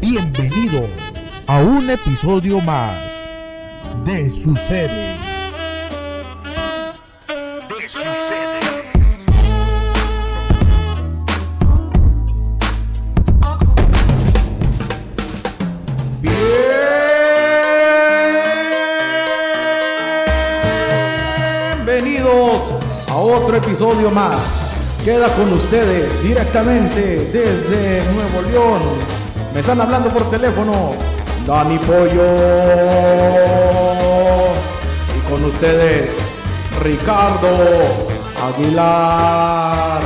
Bienvenidos a un episodio más de Sucede. Bienvenidos a otro episodio más. Queda con ustedes directamente desde Nuevo León. Me están hablando por teléfono. Dani Pollo. Y con ustedes, Ricardo Aguilar.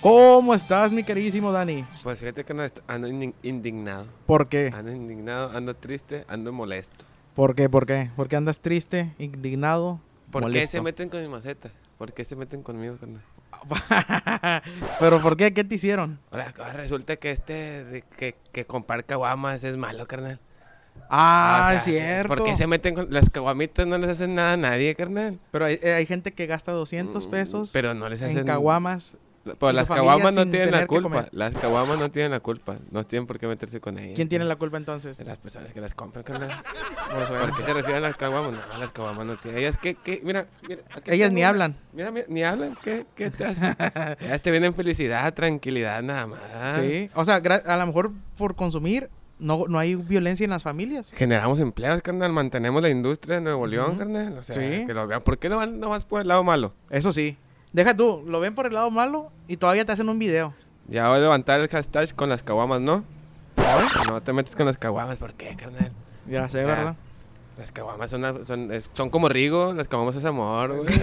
¿Cómo estás, mi queridísimo Dani? Pues fíjate que ando, est- ando indi- indignado. ¿Por qué? Ando indignado, ando triste, ando molesto. ¿Por qué? ¿Por qué? ¿Por qué andas triste, indignado? ¿Por qué se molesto? meten con mi maceta? ¿Por qué se meten conmigo? carnal? ¿Pero por qué? ¿Qué te hicieron? Ahora, ahora resulta que este de que, que comprar caguamas es malo, carnal. Ah, O sea, es cierto. ¿Por qué se meten con las caguamitas? No les hacen nada a nadie, carnal. Pero hay, eh, hay gente que gasta 200 Mm, pesos Pero no les hacen... en caguamas. Pero su las familia caguamas no sin tienen tener la que culpa. comer. Las caguamas no tienen la culpa. No tienen por qué meterse con ellas. ¿Quién tiene la culpa entonces? Las personas que las compran, carnal. Pues, bueno. ¿Por qué se refieren a las caguamas? No, las caguamas no tienen. Ellas, ¿qué? qué? Mira, mira. aquí Ellas tengo ni una. hablan. Mira, mira, ni hablan. ¿Qué, qué te hacen? Ellas te vienen felicidad, tranquilidad, nada más. Sí. O sea, gra- a lo mejor por consumir no, no hay violencia en las familias. Generamos empleos, carnal. Mantenemos la industria de Nuevo León, Ujú. carnal. O sea, Sí. que lo vean. ¿Por qué no, van, no vas por el lado malo? Eso sí. Deja tú, lo ven por el lado malo y todavía te hacen un video. Ya voy a levantar el hashtag con las caguamas, ¿no? No te metes con las caguamas. ¿Por qué, carnal? Ya sé, Ah. ¿verdad? Las caguamas son, una- son, es- son como Rigo. Las caguamas es amor, güey.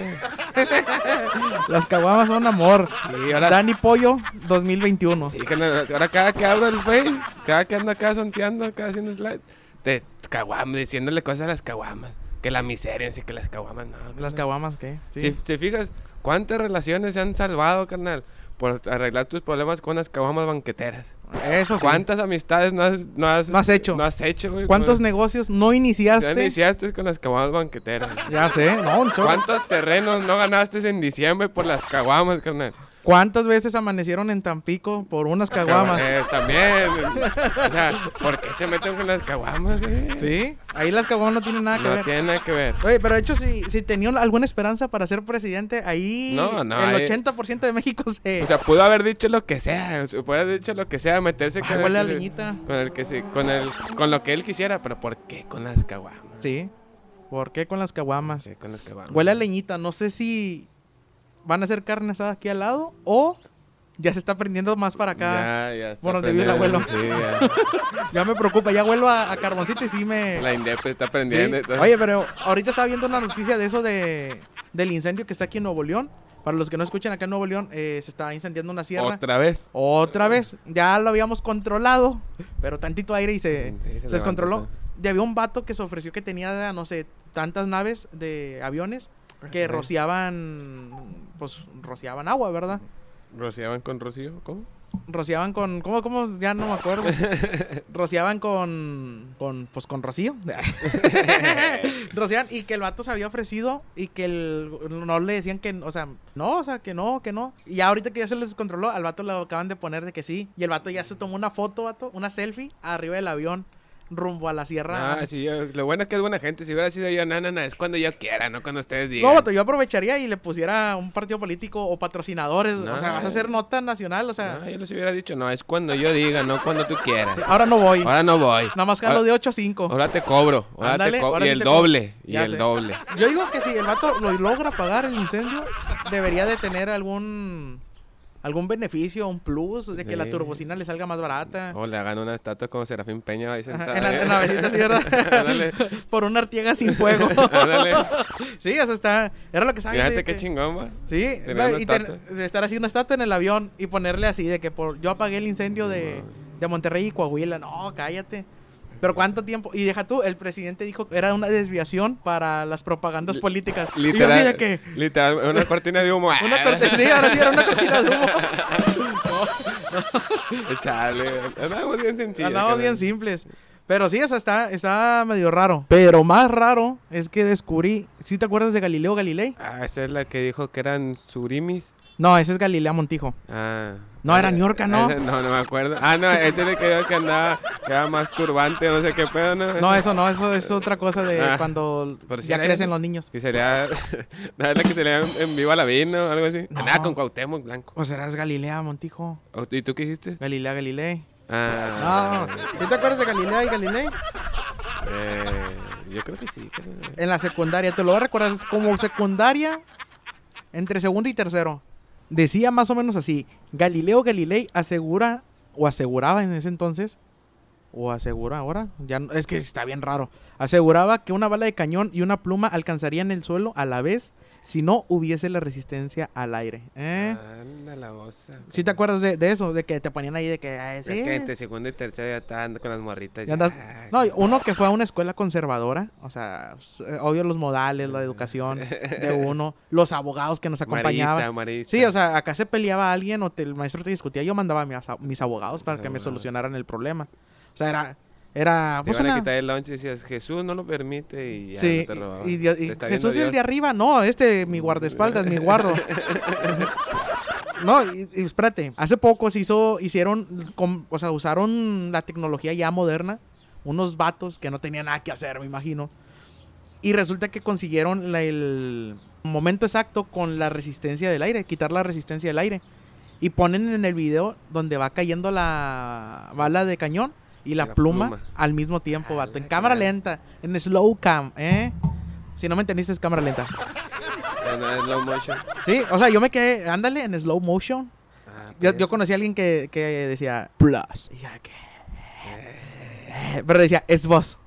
Las caguamas son amor. Sí, ahora- Dani Pollo 2021. Sí, carnal, ahora cada que abro el Face, cada que ando acá sonteando, acá haciendo slide, te caguam, diciéndole cosas a las caguamas. Que la miseria, sí, que las caguamas, no. Las carnal. caguamas, ¿qué? Si Sí. te fijas, ¿cuántas relaciones se han salvado, carnal? Por arreglar tus problemas con las caguamas banqueteras. Eso sí. ¿Cuántas amistades no has, no has, No has hecho. No has hecho, güey. ¿Cuántos con- negocios no ya iniciaste? iniciaste con las caguamas banqueteras? Ya sé, no, un chorro. ¿Cuántos terrenos no ganaste en diciembre por las caguamas, carnal? ¿Cuántas veces amanecieron en Tampico por unas caguamas? Eh, también. o sea, ¿por qué te meten con las caguamas? eh? Sí, ahí las caguamas no tienen nada que No ver. tiene nada que ver. Oye, pero de hecho, si, si tenía alguna esperanza para ser presidente, ahí No, no, el ahí- 80% de México se... O sea, pudo haber dicho lo que sea, o sea, pudo haber dicho lo que sea, meterse Ay, con, huele a el que se- leñita. con el que se- con el, con lo que él quisiera, pero ¿por qué con las caguamas? Sí, ¿por qué con las caguamas? Sí, con las caguamas. Huele a leñita, no sé si van a hacer carne asada aquí al lado o ya se está prendiendo más para acá. Ya, ya está por donde vive el prendiendo, abuelo. sí, Ya, me preocupa, ya vuelvo a, a carboncito y sí me... ya. La INDEP está Sí. prendiendo. entonces- Oye, pero ahorita estaba viendo una noticia de eso de, del incendio que está aquí en Nuevo León. Para los que no escuchan acá en Nuevo León, eh, se está incendiando una sierra. otra vez. Otra vez, ya lo habíamos controlado, pero tantito aire y se, Sí, se se levanta, descontroló. sí. Y había un vato que se ofreció que tenía, no sé, tantas naves de aviones que Ah, caray. rociaban, pues rociaban agua, ¿verdad? ¿Rociaban con Rocío? ¿Cómo? Rociaban con, ¿cómo, cómo? Ya no me acuerdo. rociaban con, con, pues con rocío. rociaban y que el vato se había ofrecido y que el, no le decían que, o sea, no, o sea, que no, que no. Y ya ahorita que ya se les descontroló, al vato le acaban de poner de que sí. Y el vato ya se tomó una foto, vato, una selfie arriba del avión rumbo a la sierra. Ah, sí, yo- lo bueno es que es buena gente. Si hubiera sido yo, no, no, no, es cuando yo quiera, no cuando ustedes digan. No, vato, yo aprovecharía y le pusiera un partido político o patrocinadores. O sea, No. vas a hacer nota nacional, o sea. No, yo les hubiera dicho, no, es cuando yo diga, no cuando tú quieras. Ahora no voy. Ahora no voy. Nada más Ahora- jalo de 8 a 5. Ahora te cobro. Ahora Ándale, te cobro. ahora y sí el te cobro. doble. Y Ya el sé. doble. Yo digo que si el vato lo logra pagar el incendio, debería de tener algún algún beneficio, un plus, de que la Sí. turbocina le salga más barata. O Oh, le hagan una estatua como Serafín Peña ahí sentada. Ajá, en la, en la mesita, sí, ¿verdad? Ándale. Por una artiega sin fuego. Ándale. sí, o sea, está... Era lo que sabía. Fíjate qué chingón, va. Sí, Tener no, una y ten- estatua. de estar así una estatua en el avión y ponerle así de que por, yo apagué el incendio de, de Monterrey y Coahuila. No, cállate. Pero cuánto tiempo. Y deja tú, el presidente dijo que era una desviación para las propagandas políticas. Y yo así Literal. de que. Literal, una cortina de humo. Una cortina, sí, ahora sí era una cortina de humo. Chale. Andamos bien sencillos. Andamos carnal. bien simples. Pero sí, o sea, está, está medio raro. Pero más raro es que descubrí. ¿Sí te acuerdas de Galileo Galilei? Ah, esa es la que dijo que eran surimis. No, ese es Galilea Montijo. Ah. No, Ah, era New York, ¿no? ese- No, no me acuerdo. Ah, no, ese le creo que andaba, que era más turbante, no sé qué pedo, ¿no? No, eso no, eso es otra cosa de Ah, cuando pero sí ya era crecen ese. los niños. Que sería, la verdad que sería en- en vivo a la vino o algo así. No. Andaba con Cuauhtémoc Blanco. O serás Galilea Montijo, Oh, ¿Y tú qué hiciste? Galilea Galilei. No, Ah. ¿sí te acuerdas de Galilea y Galilei? eh, yo creo que sí. creo. En la secundaria, te lo voy a recordar, es como secundaria, entre segundo y tercero. Decía más o menos así, Galileo Galilei asegura, o aseguraba en ese entonces, o asegura ahora, ya no- es que está bien raro, aseguraba que una bala de cañón y una pluma alcanzarían el suelo a la vez si no hubiese la resistencia al aire. ¿Eh? Ah, Anda la osa. ¿Sí te acuerdas de, de eso? De que te ponían ahí de que... "Ay, Es que sí, entre segundo y tercero ya estaba andando con las morritas. Y andas- ya. no, y uno que fue a una escuela conservadora, o sea, s- eh, obvio los modales, Mm. la educación de uno, los abogados que nos Marista, acompañaban. marista. Sí, o sea, acá se peleaba alguien o te- el maestro te discutía, yo mandaba a mis, a- mis abogados para Los que me abogados. solucionaran el problema. O sea, era... era Te pues, iban a una- quitar el lunch y decías, Jesús no lo permite y ya sí, no te robaban. y, y Dios- y Te está viendo Jesús y el de Dios. arriba, no, este, mi guardaespaldas, mi guardo. No, y, y espérate, hace poco se hizo, hicieron, com- o sea, usaron la tecnología ya moderna, unos vatos que no tenían nada que hacer, me imagino. Y resulta que consiguieron la- el momento exacto con la resistencia del aire, quitar la resistencia del aire. Y ponen en el video donde va cayendo la bala de cañón y la, La pluma, pluma. al mismo tiempo, Ah, vato. En la cámara gran. lenta, en slow cam, ¿eh? Si no me entendiste, es cámara lenta. Ah, no, es slow motion. Sí, o sea, yo me quedé, ándale, en slow motion. Ah, Yo, pues, yo conocí a alguien que, que decía plus. Y yo, ¿qué? Pero decía, es vos.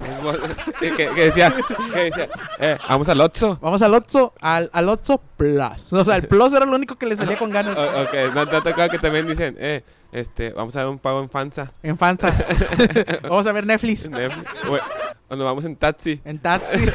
es vos- que, que decía, que decía, eh, vamos al Otso. Vamos al Otso, al, al Otso plus. O sea, el plus era lo único que le salía con O- ganas. ok, no te ha tocado que también dicen, eh, este, vamos a ver un pago en Fanza. En Fanza. Vamos a ver Netflix. en Netflix, O, o nos vamos en taxi. En Taxi.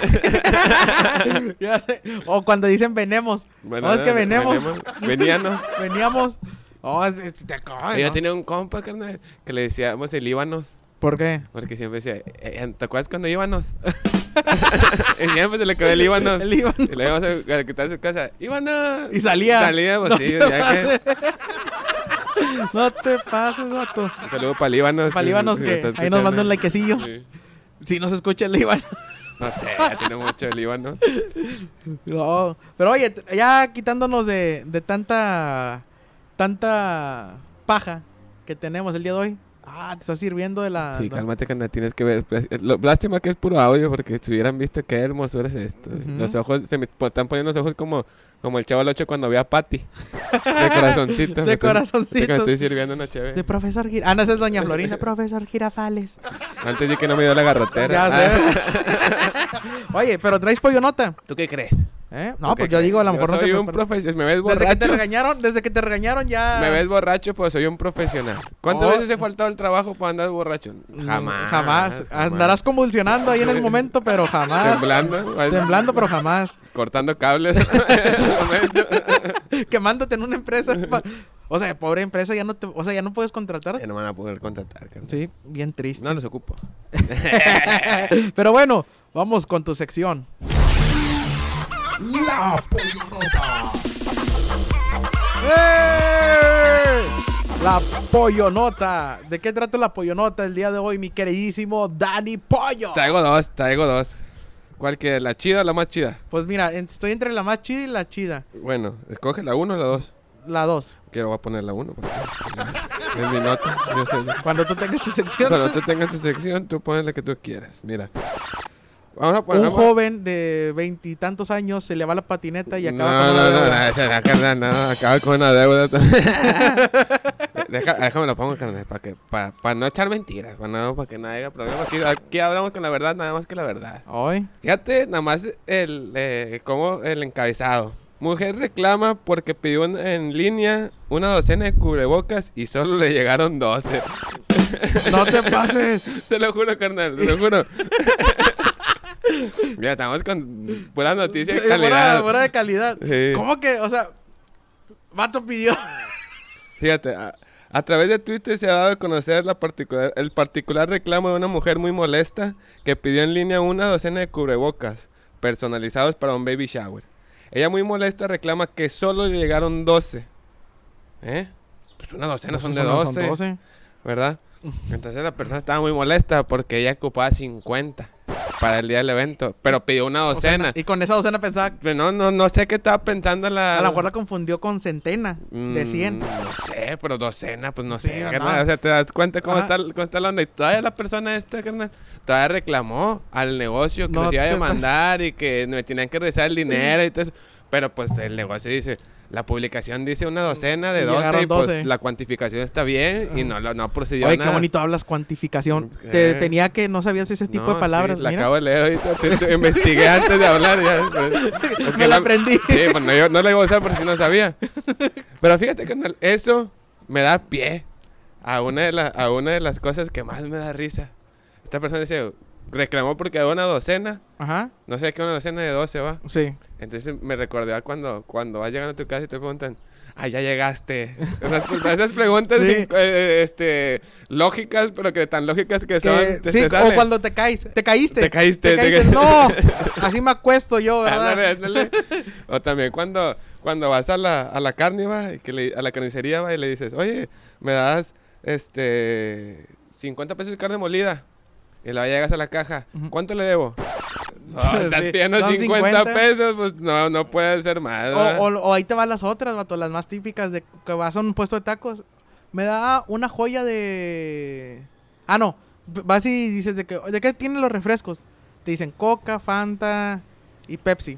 Ya sé. o cuando dicen venemos. Bueno, eh, no, es que ven- venemos. Veníanos. Veníamos. Oh, es- es- te acabas, Yo ¿no? tenía un compa, carnal, que le decíamos el Líbanos. ¿Por qué? Porque siempre decía, eh, eh, ¿te acuerdas cuando Íbanos? y siempre se le quedó el Íbanos. El Iván. Y le íbamos a a quitar su casa. ¡Íbanos! Y salía. Salía, pues No sí, te ya que- No te pases, vato. Un saludo para Líbanos. Para Líbanos, si que nos está ahí nos manda un escuchando. likecillo. Sí. Si no se escucha el Iván. No sé, ya tiene mucho el Líbano. No, pero oye, t- ya quitándonos de, de tanta tanta paja que tenemos el día de hoy. Ah, te está sirviendo de la. Sí, no- cálmate, carnal, tienes que ver. Pues, eh, Lo, lástima que es puro audio, porque si hubieran visto qué hermosura es esto. Ujú. Los ojos, se me po- están poniendo los ojos como, como el chaval 8 cuando ve a Patty. De corazoncito. De me estoy- ahorita que corazoncitos. me estoy sirviendo una chévere. De profesor Girafales. Ah, no, esa es doña Florinda. profesor Girafales. Antes de que no me dio la garrotera. Ya Ah. sé. Oye, pero traes pollo nota. ¿Tú qué crees? ¿Eh? No, pues yo digo, a lo mejor no soy te un preparas. profesional. Me ves Desde que te borracho. regañaron, desde que te regañaron ya. Me ves borracho, pues soy un profesional. ¿Cuántas Oh. veces he faltado al trabajo para andar borracho? Mm, Jamás. Jamás. Andarás convulsionando ahí en el momento, pero jamás. temblando. Temblando, pero jamás. Cortando cables. En el momento. Quemándote en una empresa. pa- O sea, pobre empresa, ya no te, o sea, ya no puedes contratar. Ya no van a poder contratar, carnal. Sí, bien triste. No los ocupo. Pero bueno, vamos con tu sección. La Pollonota. ¡Eh! La pollonota. ¿De qué trata la pollonota el día de hoy, mi queridísimo Dani Pollo? Traigo dos, traigo dos. ¿Cuál quieres? ¿La chida o la más chida? Pues mira, en- estoy entre la más chida y la chida. Bueno, escoge la uno o la dos. La dos. Quiero, voy a poner la uno. porque es mi nota. yo sé. Cuando tú tengas tu sección. Cuando tú tengas tu sección, tú pones la que tú quieras. Mira. Vamos a poner. Un joven de veintitantos años se le va la patineta y No, acaba no, con una no, no, deuda. esa- carnal, no, acaba con una deuda. Deja- déjame lo pongo, carnal, para que, para, para no echar mentiras, para no, para que no haya problemas. Aquí, aquí hablamos con la verdad, nada más que la verdad. Ay, Fíjate, nada más el, eh, como el encabezado. Mujer reclama porque pidió en- en línea una docena de cubrebocas y solo le llegaron 12. No te pases. Te lo juro, carnal, te lo juro. Mira, estamos con puras noticias Sí, de calidad. Fuera, fuera de calidad. Sí. ¿Cómo que? O sea, Vato pidió. Fíjate, a- A través de Twitter se ha dado a conocer la particular- el particular reclamo de una mujer muy molesta que pidió en línea una docena de cubrebocas personalizados para un baby shower. Ella muy molesta reclama que solo le llegaron 12. ¿Eh? Pues una docena son de 12, ¿verdad? Entonces la persona estaba muy molesta porque ella ocupaba 50 para el día del evento, pero pidió una Docena. docena. Y con esa docena pensaba. Pero No, no, no sé qué estaba pensando la... A lo mejor la confundió con centena de Ah. Mm, 100. No sé, pero docena, pues no Sí, sé, no. carnal. O sea, te das cuenta cómo Ajá. está, cómo está la onda. Y todavía la persona esta, carnal, todavía reclamó al negocio que No los iba a te demandar y que me tenían que regresar el dinero y todo eso. Pero pues el negocio dice, la publicación dice una docena de Y 12 y llegaron pues 12. la cuantificación está bien y Ajá. no, lo- no procedió Oye, qué nada. bonito hablas, cuantificación. Eh. Te, tenía que, no sabías ese tipo No, de sí, palabras. la mira. acabo de leer ahorita. te- te- investigué antes de hablar. ya, pues. Es Me la no- aprendí. Sí, bueno, yo no la iba a usar porque no sabía. Pero fíjate, carnal, eso me da pie a una de, la- a una de las cosas que más me da risa. Esta persona dice, reclamó porque había una docena. Ajá, No sé qué una docena de 12 va. sí. Entonces me recordé a cuando, cuando vas llegando a tu casa y te preguntan, ah, ya llegaste. Esas, pues, esas preguntas Sí. sin- eh, este, lógicas, pero que tan lógicas que, son. Que- te- sí, te o salen. cuando te caes. Te caíste. Te caíste, te caíste. ca- No, así me acuesto yo, Ándale, ¿verdad? ándale. O también cuando, cuando vas a la, a la carne, va, y que le- a la carnicería, va, y le dices, oye, me das, este, 50 pesos de carne molida. Y luego llegas a la caja, Ujú. ¿cuánto le debo? Oh, estás Sí, pidiendo son 50, 50. pesos, pues no, no puede ser más. O, ¿verdad? o- o ahí te van las otras, vato, las más típicas de que vas a un puesto de tacos. Me da una joya de. Ah, no. Vas y dices de que, ¿de qué tienen los refrescos? Te dicen Coca, Fanta y Pepsi.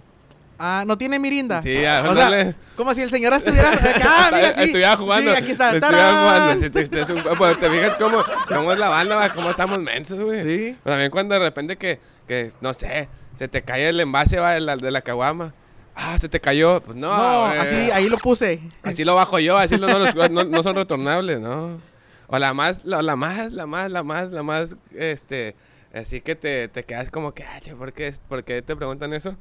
Ah, no tiene Mirinda. Sí, ya, O sea, ándale. como si el señor estuviera. ah, mira, sí. Estuviera jugando. Sí, aquí está. Estuviera ¡Tarán! jugando. Sí, sí, sí, es un- pues, te fijas cómo, cómo es la banda, va, cómo estamos mensos, güey. Sí. O También cuando de repente que, que, no sé, se te cae el envase va, de, la, de la caguama. Ah, se te cayó. Pues no, No, güey. así, ahí lo puse. Así lo bajo yo, así lo- no, los- no, no son retornables, ¿no? O la más, la, la más, la más, la más, la más, este, así que te, te quedas como que, ay, ¿por qué, ¿por qué te preguntan eso?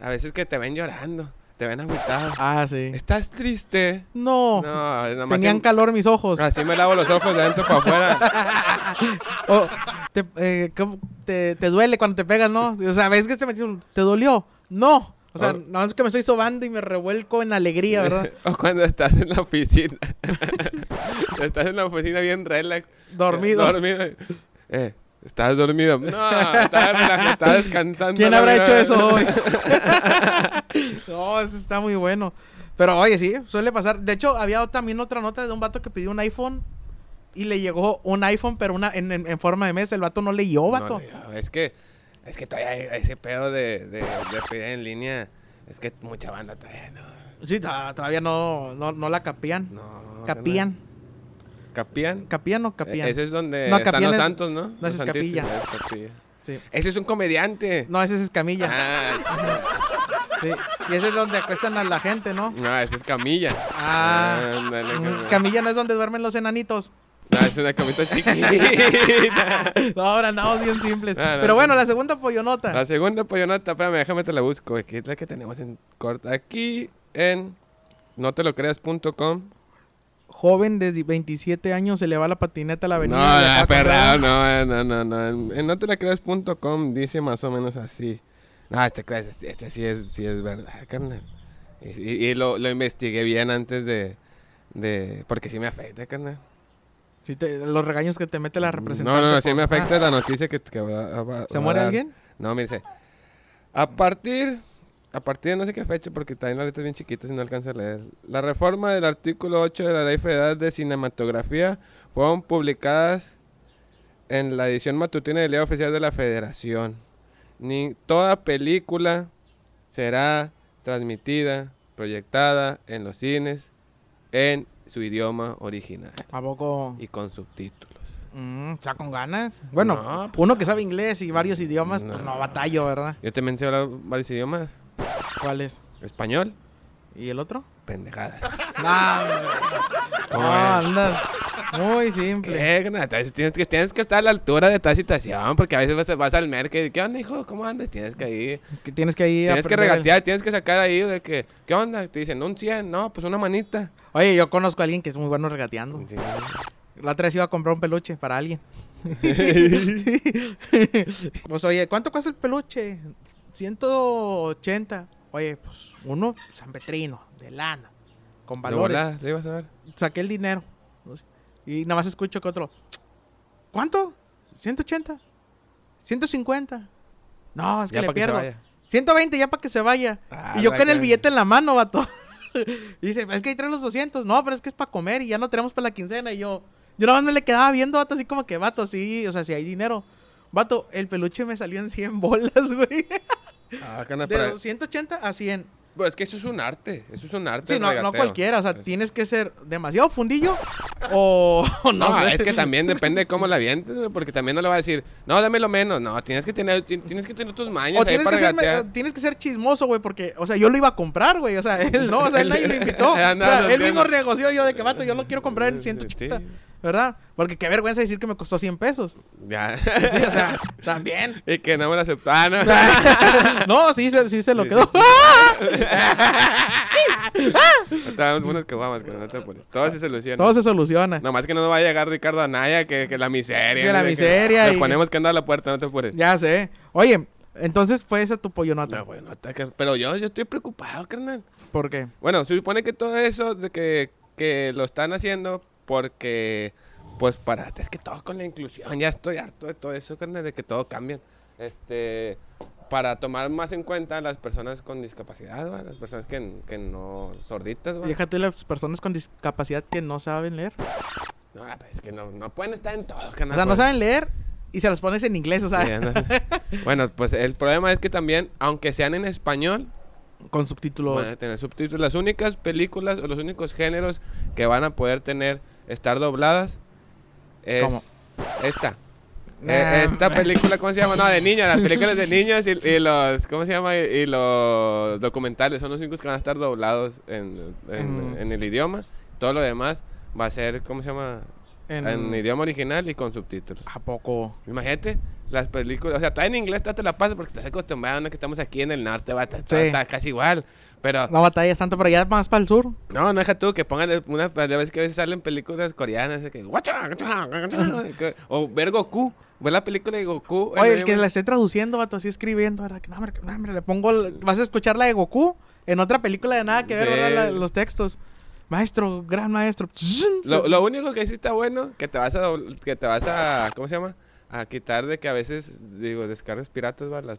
A veces que te ven llorando, te ven agüitado. Ah, sí. ¿Estás triste? No. No, nada más. Ah, Tenían en- calor mis ojos. Así me lavo los ojos de adentro para afuera. O, te, eh, ¿cómo? te, te duele cuando te pegas, ¿no? O sea, ves que se metió. ¿Te dolió? No. O sea, Oh. nada más que me estoy sobando y me revuelco en alegría, ¿verdad? o cuando estás en la oficina. estás en la oficina bien relax. Dormido. Dormido. Eh, ¿estás dormido? No, estás relajado, estás descansando. ¿Quién la habrá verdad. hecho eso hoy? no, eso está muy bueno. Pero oye, sí, suele pasar. De hecho, había también otra nota de un vato que pidió un iPhone y le llegó un iPhone, pero una en, en- en forma de mesa. El vato no leyó, No, vato. no, es que, es que todavía hay ese pedo de, de, de pedir en línea. Es que mucha banda todavía no. Sí, ta- todavía no, no, no la capían. no capían. carnal. ¿Capían? ¿Capían o capían? Eh, Ese es donde No, están Capían los es- santos, ¿no? no, ese Los es Capilla. santísimos, es Capilla. Sí. Ese es un comediante. No, ese es Escamilla. Ah, Sí. sí. Y ese es donde acuestan a la gente, ¿no? No, esa es camilla. Ah. Ándale, Mm, carnal. Camilla no es donde duermen los enanitos. No, es una camita chiquita. No, ahora andamos bien simples. Ah, no, Pero no. bueno, la segunda pollonota. la segunda pollonota, espérame, déjame te la busco. Que es la que tenemos en corta. Aquí en no te lo creas.com. Joven de 27 años se le va la patineta a la No, avenida. y no, acaba perra, comprando- no, no, no, no. En, en no te lo creas.com dice más o menos así. No, este, crees, este, este sí, es, sí es verdad, carnal. Y, y- y lo, lo investigué bien antes de, de. Porque sí me afecta, carnal. Sí te- los regaños que te mete la representante. No, no, no, por- sí me afecta Ah, la noticia que, que va- va- ¿Se va a muere dar. alguien? No, me dice. A partir, a partir de no sé qué fecha, porque también la letra es bien chiquita, si no alcanza a leer. La reforma del artículo 8 de la Ley Federal de Cinematografía fueron publicadas en la edición matutina del Día Oficial de la Federación. Ni toda película será transmitida, proyectada en los cines en su idioma original Ah, ¿A poco? y con subtítulos. Mm, ¿Está con ganas? Bueno, No, pues, uno que sabe inglés y varios idiomas, pues No. no batallo, ¿verdad? Yo también sé hablar varios idiomas. ¿Cuál es? Español, ¿Y el otro? pendejada. No, hombre. ¿Cómo No, ves? andas. Muy simple. Eh, no, entonces tienes, que, tienes que estar a la altura de toda situación, porque a veces vas, vas al mercado y ¿qué onda, hijo? ¿Cómo andas? Tienes que ir. Que tienes que ir a Tienes que aprender el- regatear, tienes que sacar ahí de que, ¿qué onda? Te dicen, un 100, no, pues una manita. Oye, yo conozco a alguien que es muy bueno regateando. Sí. La otra vez iba a comprar un peluche para alguien. pues oye, ¿cuánto cuesta el peluche? 180. Oye, pues uno San Petrino, de lana, con De valores. volada, le ibas a dar. Saqué el dinero. Y nada más escucho que otro. ¿Cuánto? 180. 150. No, es que Ya le pa' que se pierdo. vaya. 120 ya para que se vaya. Ah, y yo la con el que- billete en la mano, vato. Y dice, es que ahí traen los 200. No, pero es que es para comer y ya no tenemos para la quincena. Y yo, yo nada más me le quedaba viendo, vato, así como que, vato, sí, o sea, si hay dinero. Vato, el peluche me salió en 100 bolas, güey. Ah, carnal, De pero- 180 a 100. Pues es que eso es un arte, eso es un arte. Sí, el no, no regateo. cualquiera, o sea, Es- tienes que ser demasiado fundillo o o no, No, sé. es que también depende de cómo la vientes, güey, porque también no le va a decir, no, dame lo menos. No, tienes que tener, ti- tienes que tener tus mañas O ahí tienes para que, ser, regatear. me- tienes que ser chismoso, güey, porque, o sea, yo lo iba a comprar, güey, o sea, él no, o sea, él nadie lo invitó. O Ah, sea, no, lo él mismo entiendo. negoció yo de que, vato, yo lo quiero comprar en 180, Sí. ¿verdad? Porque qué vergüenza decir que me costó 100 pesos. Ya. Sí, o sea, también. Ah. y que no me lo aceptaron. no, sí, se, sí se lo Sí, quedó. Estábamos buenas que vamos, que no te apures. Todo se soluciona. Todo se soluciona. Nomás que no nos va a llegar Ricardo Anaya, que, que la miseria. Que la ¿no? miseria Nos y- ponemos que anda a la puerta, no te apures. Ya sé. Oye, entonces fue esa tu pollonota. pues. No, bueno, ataca- pero yo, yo estoy preocupado, carnal. ¿Por qué? Bueno, se supone que todo eso de que, que lo están haciendo porque, pues, para, es que todo con la inclusión, ya estoy harto de todo eso, carnal, de que todo cambia. Este, para tomar más en cuenta a las personas con discapacidad, ¿va? las personas que, que no, sorditas, ¿va? Y Deja tú las personas con discapacidad que no saben leer. No, pues, es que no, no pueden estar en todo, O carnal. sea, no pues. saben leer y se las pones en inglés, o sea, Sí, ándale. bueno, pues el problema es que también, aunque sean en español, con subtítulos. van a tener subtítulos. Las únicas películas o los únicos géneros que van a poder tener estar dobladas es ¿Cómo? esta. Nah, Eh, esta man. película, ¿cómo se llama? No, de niños, las películas de niños y, y los, ¿cómo se llama? Y, y los documentales son los únicos que van a estar doblados en, en- Mm. en el idioma. Todo lo demás va a ser, ¿cómo se llama? En, En- idioma original y con subtítulos. ¿A poco? Imagínate las películas, o sea, está en inglés, tú te la pasas porque estás acostumbrado, ¿no? Que estamos aquí en el norte, va, está, está- Sí. está casi igual. Pero No batallas tanto, pero ya más para el sur. no, no deja tú que pongan una. La vez que a veces salen películas coreanas, de que. "Guacha, guacha, guacha", que- o ver Goku. Ver la película de Goku. en Oye, anime. el que la esté traduciendo, vato, así escribiendo, ¿verdad? Que no, hombre, que no, hombre, le pongo. el- Vas a escuchar la de Goku en otra película de nada que ver, Sí. ¿verdad? La- los textos. Maestro, gran maestro. Lo, lo único que sí está bueno, que te vas a. dobl- Que te vas a ¿Cómo se llama? A quitar de que a veces, digo, descargas piratas, va, las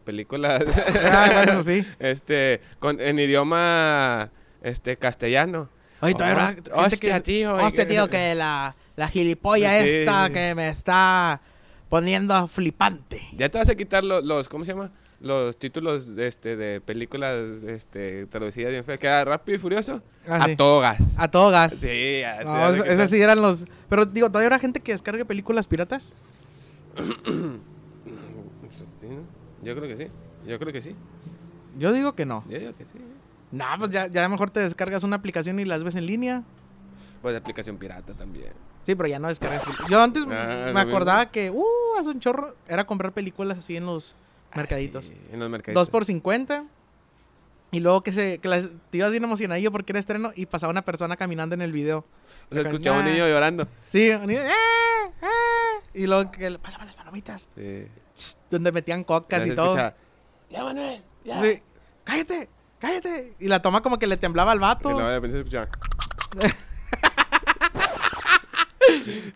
películas. Ah, bueno, eso sí. Este. Con, en idioma. Este, castellano. Oye, todavía Host- habrá gente que- hostia, tío, Hostia, oiga. tío, que la, la gilipolla Sí. esta que me está poniendo flipante. Ya te vas a quitar lo- los, ¿cómo se llama? Los títulos este, de películas este, traducidas bien feas. Queda rápido y furioso. Ah, a sí. togas. A todo gas. Sí, a- Ah, te No, vas a es- quitar. esas sí eran los. Pero digo, todavía habrá gente que descargue películas piratas. Pues, sí, ¿no? Yo creo que sí. Yo creo que sí. Yo digo que no. Yo digo que sí. No, pues ya, ya mejor te descargas una aplicación y las ves en línea. Pues de aplicación pirata también. Sí, pero ya no descargas. pel- Yo antes me Ah, lo acordaba que, uh, hace un chorro, era comprar películas así en los mercaditos. Ah, Sí, en los mercaditos. Dos por cincuenta. Y luego que se que las, te ibas bien emocionadillo porque era estreno y pasaba una persona caminando en el video. O sea, escuchaba a un Nah. niño llorando. Sí, un niño, ¡eh! ¡eh! Y luego que le pasaban las palomitas. Sí. tss, Donde metían cocas Se y todo. escuchaba, Ya, Manuel. Ya. Sí. ¡Cállate! ¡Cállate! Y la toma como que le temblaba al Y vato. luego de repente se escuchaba.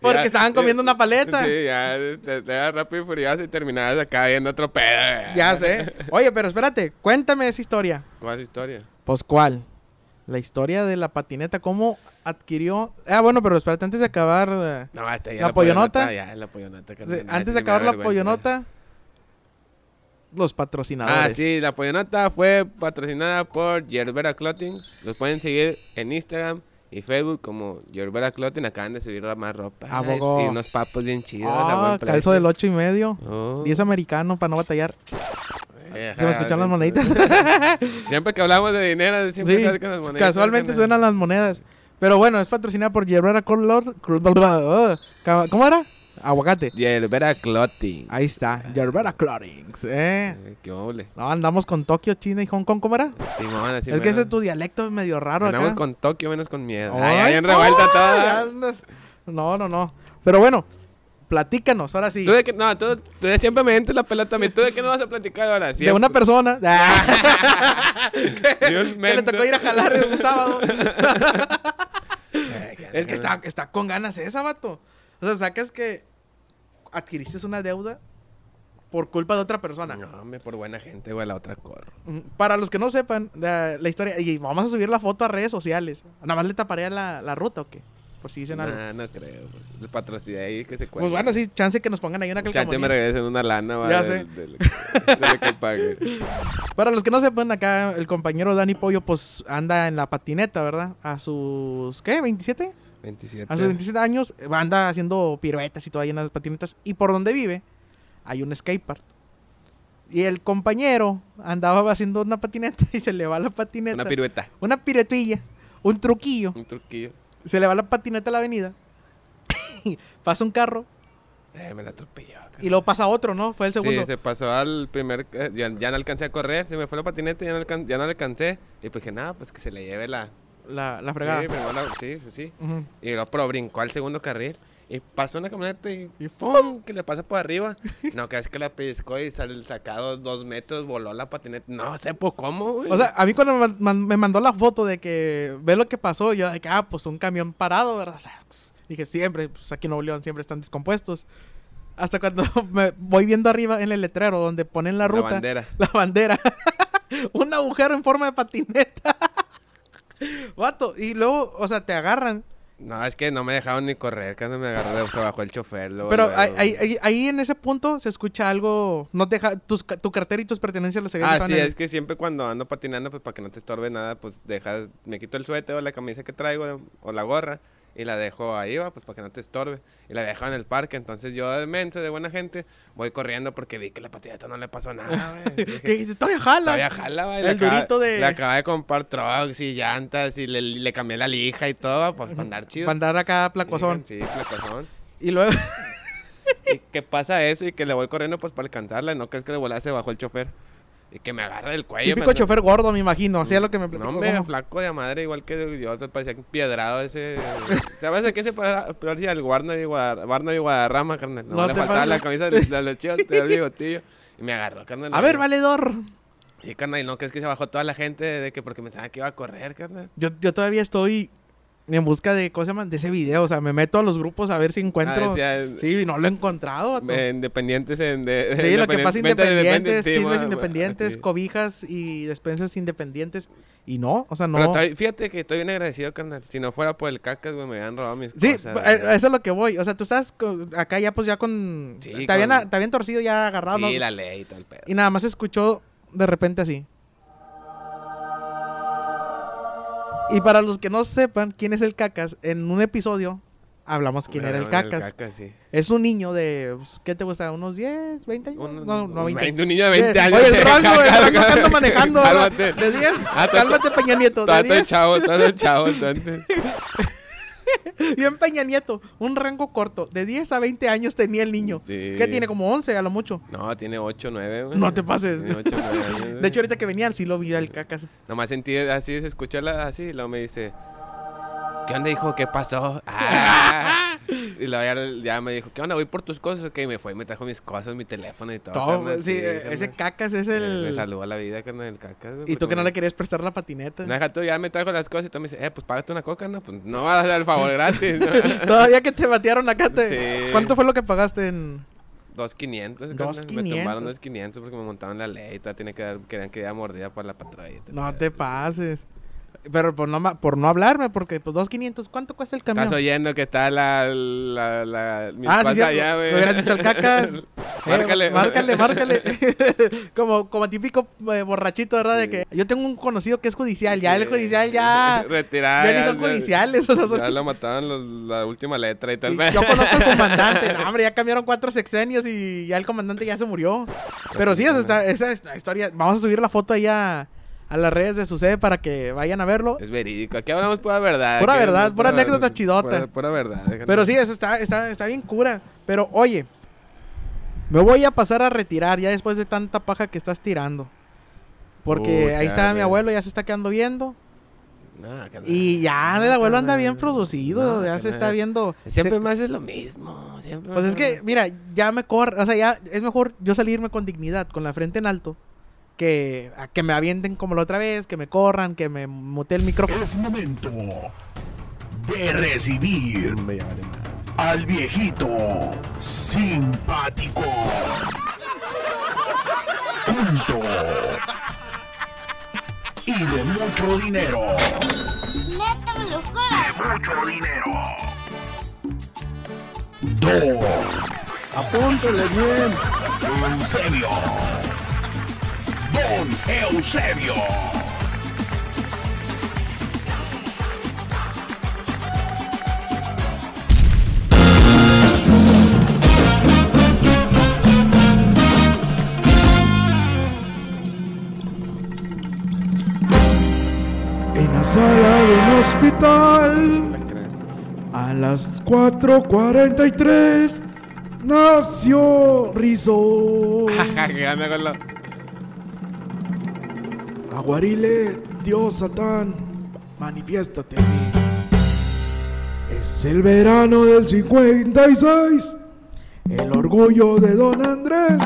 Porque Ya, estaban comiendo eh, una paleta. Sí, ya, te, te da rápido y furioso y terminabas acá viendo otro pedo. Ya sé. Oye, pero espérate, cuéntame esa historia. ¿Cuál historia? Pues cuál? La historia de la patineta, cómo adquirió. Ah, bueno, pero espérate, antes de acabar. eh, No, hasta ya La pollonota. Ya, la pollonota. sí, carnal, antes de sí me da acabar la vergüenza. pollonota. Los Ah, patrocinadores. sí, la pollonota fue patrocinada por Yerbera Clothing. Los pueden seguir en Instagram y Facebook como Yerbera Clothing. Acaban de subir la más ropa. ¿A poco? Y unos papos bien chidos. a Ah, buen precio. calzo del ocho y medio. Oh. 10 americano para no batallar. Eh, Se me ajá, escuchan las sí. moneditas. Siempre que hablamos de dinero, siempre sí, salgan las monedas. casualmente carnal. suenan las monedas. Pero bueno, es patrocinada por Yerbera Color. ¿Cómo era? Aguacate. Yerbera Clotting. Ahí está, Yerbera Clotings, eh. Eh, Qué ole. No, andamos con Tokio, China y Hong Kong, ¿cómo era? Simón, así es que mero. ese es tu dialecto medio raro Ganamos acá. con Tokio, menos con miedo. Ay, Ay, ay, en revuelta ay, toda. andas- No, no, no. Pero bueno, platícanos, ahora sí. Tú de que, no, tú, tú de siempre me entras la pelota a mí. ¿Tú de qué no vas a platicar ahora? de Siempre. una persona Dios que le mento. tocó ir a jalar un sábado. Eh, es que está, está con ganas esa, vato. O sea, sacas que adquiriste una deuda por culpa de otra persona. No, hombre, por buena gente, güey, la otra corro. Mm, Para los que no sepan la, la historia, y vamos a subir la foto a redes sociales. Nada más le taparé la, la ruta o qué. Por si dicen algo. Nah, no creo. Pues, el patrocinio ahí que se cuelga. Pues bueno, sí, chance que nos pongan ahí una Chante me calcamonía. regresen una lana, va. Ya del- sé. del- de lo que pague. Para los que no sepan, acá el compañero Dani Pollo, pues anda en la patineta, ¿verdad? A sus, ¿qué? ¿27? 27. A sus 27 años eh, anda haciendo piruetas y todo ahí en las patinetas. Y por donde vive hay un skatepark. Y el compañero andaba haciendo una patineta y se le va la patineta. Una pirueta. una piruetilla, un truquillo. Un truquillo. Se le va la patineta a la avenida. pasa un carro Eh, me la atropelló. cabrón. y luego pasa otro, ¿no? Fue el segundo. Sí, se pasó al primer. eh, ya, ya no alcancé a correr, se me fue la patineta, ya no, alcan- ya no la alcancé. Y pues dije, nada, pues que se le lleve la. La, la fregada. Sí, primero la- sí, pues sí. Ujú. Y luego, pero brincó al segundo carril. Y pasó una camioneta y, ¡pum! que le pasa por arriba. No, que es que la pellizcó y sal, sacado dos metros, voló la patineta. No sé por cómo, güey. O sea, a mí cuando me, man- me mandó la foto de que ve lo que pasó, yo de que, ah, pues un camión parado, ¿verdad? O sea, pues, dije, siempre, pues aquí en Nuevo León siempre están descompuestos. Hasta cuando me voy viendo arriba en el letrero donde ponen la ruta, bandera. la bandera. un agujero en forma de patineta. Vato, y luego, o sea, te agarran. No, es que no me dejaron ni correr, cuando me agarré, se bajó el chofer. luego, Pero luego. ahí, ahí- ahí- ahí en ese punto se escucha algo, no te deja, tus ca- tu cartera y tus pertenencias las habías Ah, dejado sí, en el- es que siempre cuando ando patinando, pues para que no te estorbe nada, pues dejas, me quito el suéter o la camisa que traigo o la gorra y la dejo ahí, va, pues para que no te estorbe. Y la dejo en el parque, entonces yo de menso, de buena gente, voy corriendo porque vi que la patineta no le pasó nada, güey. Dije, Que dices, todavía jala. Todavía jala, va, y le El acaba- durito de- Le acaba de comprar trucks y llantas y le, le cambié la lija y todo, va, pues para andar chido. Para andar acá placozón. Sí, placozón. Y luego... Y que pasa eso y que le voy corriendo pues para alcanzarla, no crees que de volada se bajó el chofer. Y que me agarra del cuello. Típico me- chofer gordo, me imagino. Hacía lo que me No, platicó. hombre, ¿cómo? flaco de madre, igual que yo, te parecía piedrado ese. ¿Sabes a qué se para- parecía al Warner y, Guadar- Warner y Guadarrama, carnal? No, No le te faltaba la pases. camisa de, de los chivos, te da el bigotillo. Y me agarró, carnal. A ver, valedor. Sí, carnal, y no crees que se bajó toda la gente de que porque pensaba que iba a correr, carnal. Yo, yo todavía estoy en busca de, ¿cómo se llama? De ese video. O sea, me meto a los grupos a ver si encuentro. Ah, decía- sí, no lo he encontrado. vato. Eh, Independientes en. De, Sí, lo que pasa venta de independientes, sí, chismes ma- independientes, sí. cobijas y despensas independientes. Y no, o sea, no. Pero estoy- fíjate que estoy bien agradecido, carnal. Si no fuera por el cacas, güey, me habían robado mis Sí, cosas. eh, güey. eso es lo que voy. O sea, tú estás con- acá ya, pues ya con. Sí, te, habían, con- te habían torcido ya agarrado. ¿no? Sí, la ley y todo el pedo. Y nada más se escuchó de repente así. Y para los que no sepan quién es el Cacas, en un episodio hablamos pues, quién era el Bueno, Cacas. sí. Es un niño de, pues, ¿qué te gusta? ¿Unos 10, 20 años? Un- no, no, 20. Un niño de 20 años. Oye, el rango, el rango que ando manejando. ¿verdad? Cálmate. De 10. Ah, tú- Cálmate, Peña Nieto. De Tanto 10. chavo, tanto chavo, entonces. Bien, Peña Nieto. Un rango corto. De 10 a 20 años tenía el niño. Sí. Que tiene como 11 a lo mucho. No, tiene 8, 9, güey. No te pases. Tiene 8, 9 años. güey. De hecho, ahorita que venía, sí lo vi al Cacas. Nomás sentí así, se escuchó la- así, y luego me dice, ¿qué onda, hijo? ¿Qué pasó? Ah. y luego ya, ya me dijo, ¿qué onda? Voy por tus cosas, ok, y me fue y me trajo mis cosas, mi teléfono y todo. Todo, carnal, sí, eh, carnal. ese Cacas es Eh, el... Me saludó a la vida, carnal, el caca. Y tú que no le querías prestar la patineta. No, deja tú, ya me trajo las cosas y tú me dices, eh, pues págate una coca, ¿no? Pues no vas a dar el favor gratis, ¿no? Todavía que te batearon acá, te... Sí. ¿cuánto fue lo que pagaste en...? 2.500, Dos carnal. Me quinientos. tumbaron 2.500 porque me montaron la ley. Todavía tiene que dar, querían que diera mordida para la patrulla. No te pases. Pero por no, ma- por no hablarme, porque pues 2.500, ¿cuánto cuesta el camión? Estás oyendo que está la. la, la mi ah, esposa sí, sí, allá, me güey. hubieras dicho al cacas. Eh, márcale. márcale, márcale. como, como típico eh, borrachito, ¿verdad? De que yo tengo un conocido que es judicial, ya el judicial ya... Retirada. ya ni son judiciales, o sea, son- Ya lo mataron los- la última letra y tal. Sí, yo conozco al comandante. No, hombre, ya cambiaron cuatro sexenios Pues y ya el comandante ya se murió. Pero sí, o sea, está- esa es la historia. Vamos a subir la foto ahí a, a las redes de Sucede para que vayan a verlo. Es verídico. Aquí hablamos pura verdad. Pura Aquí verdad, hablamos pura anécdota chidota. Pura, pura verdad. déjame- Pero sí, eso está, está, está bien cura. Pero oye, me voy a pasar a retirar ya después de tanta paja que estás tirando. Porque ahí está Oh, Chale. mi abuelo, ya se está quedando viendo. No, carnal. Y ya el abuelo anda bien No, producido, ya se carnal. está viendo. Siempre se- me haces lo mismo. Siempre Pues es que, mira, ya me corre, o sea, ya es mejor yo salirme con dignidad, con la frente en alto, que a que me avienten como la otra vez, que me corran, que me mute el micrófono. Es momento de recibir al viejito simpático. Punto. Y de mucho dinero. Neta, me lo juro. Mucho dinero. Dos. Apúntele bien. Eusebio. Don Eusebio. En la sala de un hospital, a las 4.43, nació Rizzo. Ya me acuerdo. Aguarile, Dios Satán, manifiéstate a mí. Es el verano del 56, el orgullo de Don Andrés.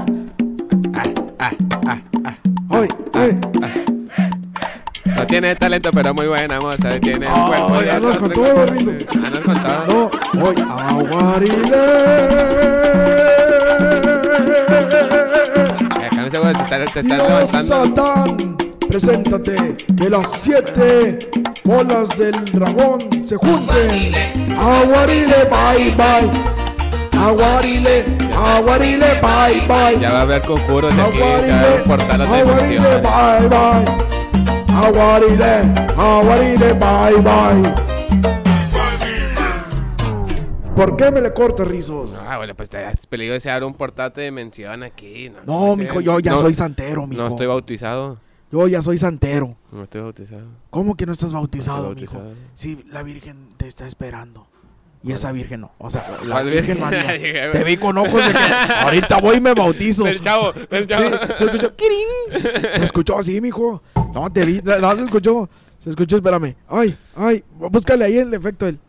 Ay, ay, No tiene talento, pero muy buena moza. Tiene un Ay, cuerpo de Ah, andas oso, con otra todo, cosa. Ah, Rizzo. Andas con todo. No, hoy Aguarile. Acá no se puede, se está- se está Dios levantando. Satán, preséntate, que las siete bolas del dragón se junten. Aguarile, bye bye. Aguarile, aguarile, bye bye. Ya va a haber conjuros de aquí. Aguarile, Ya va a haber portales de aguarile, dimensiones. bye bye. Aguarile, aguarile, bye bye. ¿Por qué me le cortas, Rizos? Ah, bueno, pues es peligro se abre un portal de dimensión aquí. No, No, mijo, yo ya No, soy santero, mijo. No estoy bautizado. Yo ya soy santero. No estoy bautizado. ¿Cómo que no estás bautizado, No estoy mijo? bautizado. Sí, la Virgen te está esperando. Y esa Virgen no. O sea, la ¿Cuál Virgen Virgen? María. Dije, te vi con ojos de que ahorita voy y me bautizo. Del chavo, del Sí, chavo. se escuchó. ¡Kirin! Se escuchó así, mijo. No, te vi. No, se escuchó. Se escuchó, espérame. Ay, ay. Búscale ahí el efecto. del-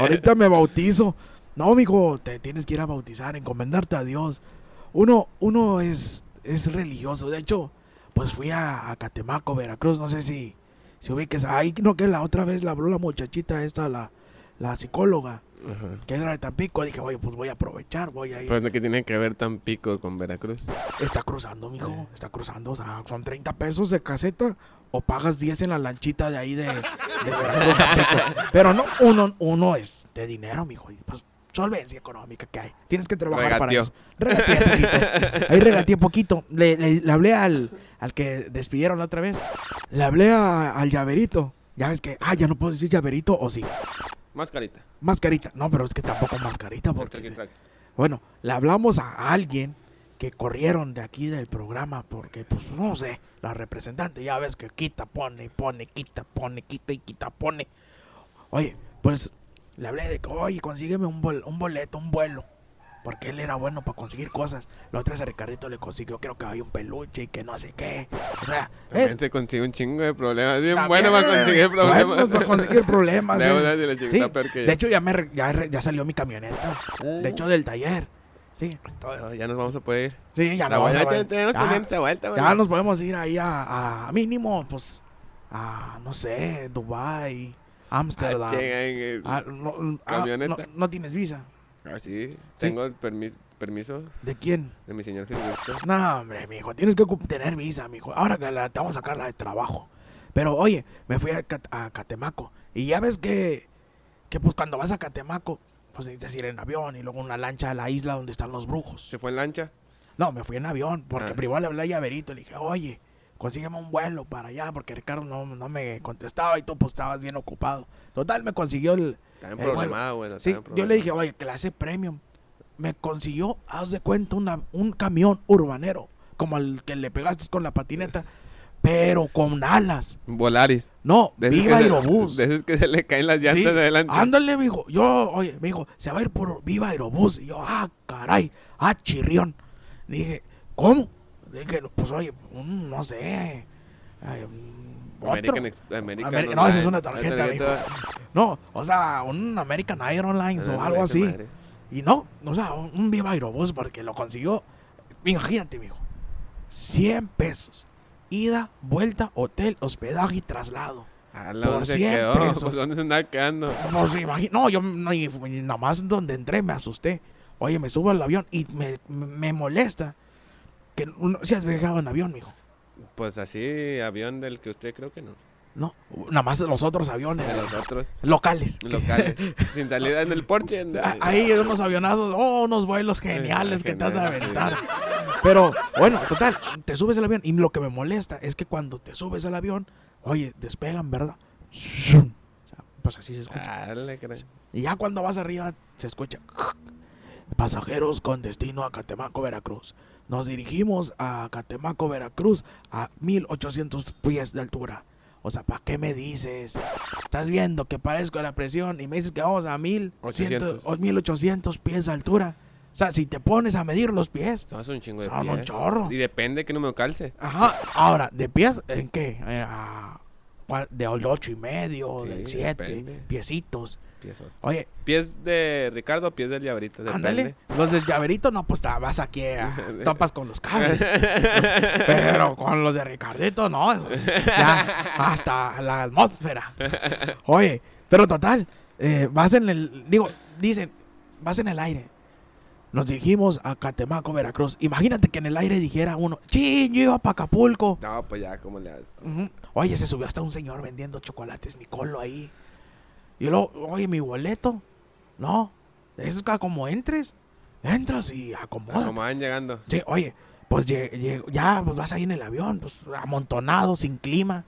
Ahorita me bautizo. No, mijo, te tienes que ir a bautizar, encomendarte a Dios. Uno, uno es, es religioso. De hecho, pues fui a, a Catemaco, Veracruz, no sé si, si ubiques. Ahí no que la otra vez la habló la muchachita esta, la, la psicóloga, Ajá. que era de Tampico. Dije, oye, pues voy a aprovechar, voy a ir. Pues que tiene que ver Tampico con Veracruz. Está cruzando, mijo. Está cruzando. O sea, son 30 pesos de caseta. O pagas 10 en la lanchita de ahí de, de Veracruz, Tampico. Pero no, uno, uno es de dinero, mijo. Y pues, solvencia económica que hay. Tienes que trabajar para Regateó. eso. Regateé poquito. Ahí regateé poquito. Le, le- le hablé al, al que despidieron la otra vez. Le hablé a- al llaverito. Ya ves que, ah, ya no puedo decir llaverito o sí. Ah, Mascarita. Mascarita. No, pero es que tampoco mascarita porque... se- bueno, le hablamos a alguien que corrieron de aquí del programa porque, pues, no sé, la representante ya ves que quita, pone, pone, quita, pone, quita y quita, pone. Oye, pues, le hablé de que, oye, consígueme un, bol- un boleto, un vuelo. Porque él era bueno para conseguir cosas. La otra vez a Ricardito le consiguió, creo que había un peluche y que no sé qué. O sea, También él- se consigue un chingo de problemas. Bien también, bueno para conseguir problemas. Eh. bueno para conseguir problemas. es- Deudas y la Sí, chingada porque de hecho, ya, me, re- ya, re- ya salió mi camioneta. Uh. De hecho, del taller. Sí, Todo, ya nos vamos a poder ir. sí, ya La no vamos a vuelta, ver. tenemos Ya, pendiente esa vuelta, ya güey. nos podemos ir ahí a, a mínimo, pues, a, no sé, Dubai, Ámsterdam. Ah, chinga, en- Ah, no, no- ah, Camioneta. no- no tienes visa. Ah, sí. Tengo el permis- permiso ¿De quién? de mi señor Jesucristo. No, hombre, mijo, tienes que ocup- tener visa, mijo. Ahora que la, te vamos a sacar la de trabajo. Pero oye, me fui a, Cat- a Catemaco. Y ya ves que, que, pues, cuando vas a Catemaco, pues necesitas ir en avión y luego una lancha a la isla donde están los brujos. Se fue en lancha. No, me fui en avión, porque Ah. primero le hablé a Llaverito, le dije, oye, consígueme un vuelo para allá, porque Ricardo no, no me contestaba y tú pues estabas bien ocupado. Total, me consiguió el... Está el vuelo. problemado, güey. Sí, yo le dije, oye, clase premium. Me consiguió, haz de cuenta, una, un camión urbanero, como el que le pegaste con la patineta, pero con alas. Volaris. No, De esos viva que se- Aerobús. De esos que se le caen las Sí, llantas de adelante. Ándale, mijo. Yo, oye, me dijo, se va a ir por Viva Aerobús. Y yo, ah, caray, ah, chirrión. Dije, ¿cómo? Dije, pues oye, un, no sé. ay, un- otro. American, Ex- American Ameri- no, Online. esa es una tarjeta, No, o sea, un American Airlines o Ah, algo esa así. madre. Y no, o sea, un, un Viva Aerobús porque lo consiguió. Imagínate, mijo. 100 pesos. Ida, vuelta, hotel, hospedaje y traslado. Ah, la Por ¿dónde se 100 quedó? pesos. Pues, ¿dónada se andaba quedando? No se imagina. No, yo no, y fu- y nada más donde entré me asusté. Oye, me subo al avión y me, me molesta. Que uno, si has viajado en avión, mijo. Pues así, avión del que usted creo que no. No, nada más los otros aviones De los otros locales. locales. sin salida en el Porsche. en- A- Ahí hay unos avionazos, oh, unos vuelos geniales Ah, que te vas a genial, aventar. Pero bueno, total, te subes al avión y lo que me molesta es que cuando te subes al avión, oye, despegan, ¿verdad? Shum. O sea, Pues así se escucha. Ah, le creo. Y ya cuando vas arriba se escucha. Pasajeros con destino a Catemaco, Veracruz. Nos dirigimos a Catemaco, Veracruz a 1800 pies de altura. O sea, ¿para qué me dices? Estás viendo que parezco a la presión y me dices que vamos a 1800, 800. o 1800 pies de altura. O sea, si te pones a medir los pies. Son un chingo de Son un pies. chorro. Y depende que no me calce. Ajá. Ahora, ¿de pies en qué? Eh, ah, ¿cuál? de 8 y medio, Sí, del 7, depende. piecitos. Piezote. Oye, Pies de Ricardo, pies del llaverito. Este, Depende. Ándale. Los del llaverito, no, pues te vas aquí, a- topas con los cables. Pero con los de Ricardito, no. eso- ya, hasta la atmósfera. Oye, pero total, eh, vas en el. Digo, dicen, vas en el aire. Nos dirigimos a Catemaco, Veracruz. Imagínate que en el aire dijera uno, ¡Chin, yo iba para Acapulco! No, pues ya, ¿cómo le haces? Ujú. Oye, se subió hasta un señor vendiendo chocolates Nicolo ahí. Y luego, oye, mi boleto. No, eso es ca- como entres. Entras y Ah, acomodas. Como van llegando. Sí, oye, pues lle- lle- ya pues, vas ahí en el avión, pues amontonado, sin clima.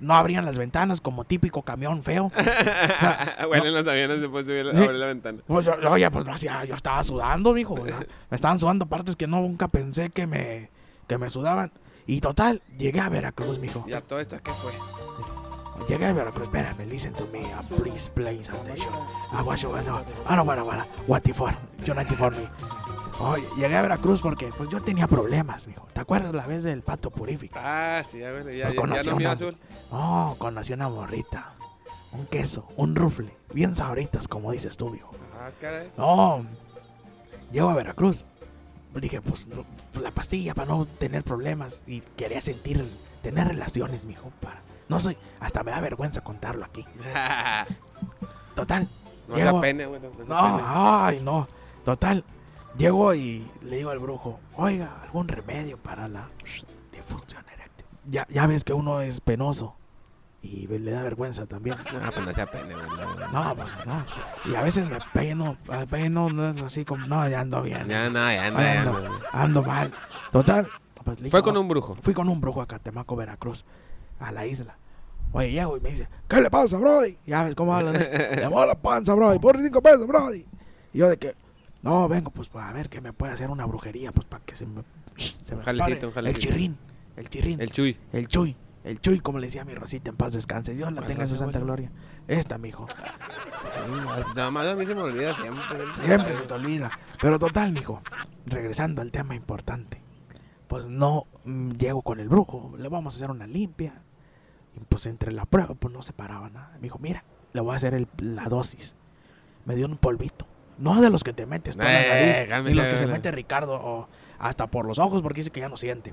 No abrían las ventanas como típico camión feo. bueno, en los aviones se puede subir, Sí. abrir la ventana. Pues, yo- oye, pues no hacía, yo estaba sudando, mijo. o sea, Me estaban sudando partes que no, nunca pensé que me, que me sudaban. Y total, llegué a Veracruz, mijo. Ya todo esto, ¿qué fue? Llegué a Veracruz, espérame, listen to me, uh, please, please, attention. I was you, ahora, ahora, ahora, what for, you not for me. Oye, llegué a Veracruz porque pues yo tenía problemas, mijo. ¿Te acuerdas la vez del pato purífico? Ah, sí, ya, güey. Ya, Pues ya, ya conocí no miro una- azul. Oh, conocí una morrita, un queso, un rufle, bien sabritas, como dices tú, mijo. Ah, caray. No, llego a Veracruz. Dije, pues, no, pues, la pastilla para no tener problemas y quería sentir, tener relaciones, mijo. Para, no sé, hasta me da vergüenza contarlo aquí. Total. no llego- sea pene, güey. No, sea No, pene. ay, no. Total. Llego y le digo al brujo, oiga, algún remedio para la disfunción eréctil. Ya, ya ves que uno es penoso y ve- le da vergüenza también. Ah, pues no sea pene, güey. no, güey. No, pues no. Y a veces me peino, me peino no es así como, no, ya ando bien. Ya, no, ya, no, ya, ando, no, güey. ando mal. Total. pues, le dije, Fue con "No". un brujo. Fui con un brujo a Catemaco, Veracruz, a la isla. Oye, llego y me dice, ¿qué le pasa, Brody? Ya ves cómo hablan. ¿eh? Le muevo la panza, Brody, por cinco pesos, Brody. Y yo de que, no, vengo, pues a ver que me puede hacer una brujería, pues para que se me, se me Jalecito, pare un jalecito. El chirrín, el chirrín. El chuy. El Chuy, el Chuy, como le decía a mi Rosita, en paz descanse. Dios la ¿Cuál tenga en su Rosy, santa abuelo? gloria. Esta, mijo. Nada más a mí se me olvida siempre. Siempre se te olvida. Pero total, mijo. Regresando al tema importante. Pues no mm, llego con el brujo. Le vamos a hacer una limpia. Y pues entre la prueba, pues no se paraba nada. Me dijo, mira, le voy a hacer el- la dosis. Me dio un polvito. No de los que te metes toda Eh, la nariz. cálmese, Ni los que se cálmese. mete Ricardo. O hasta por los ojos porque dice que ya no siente.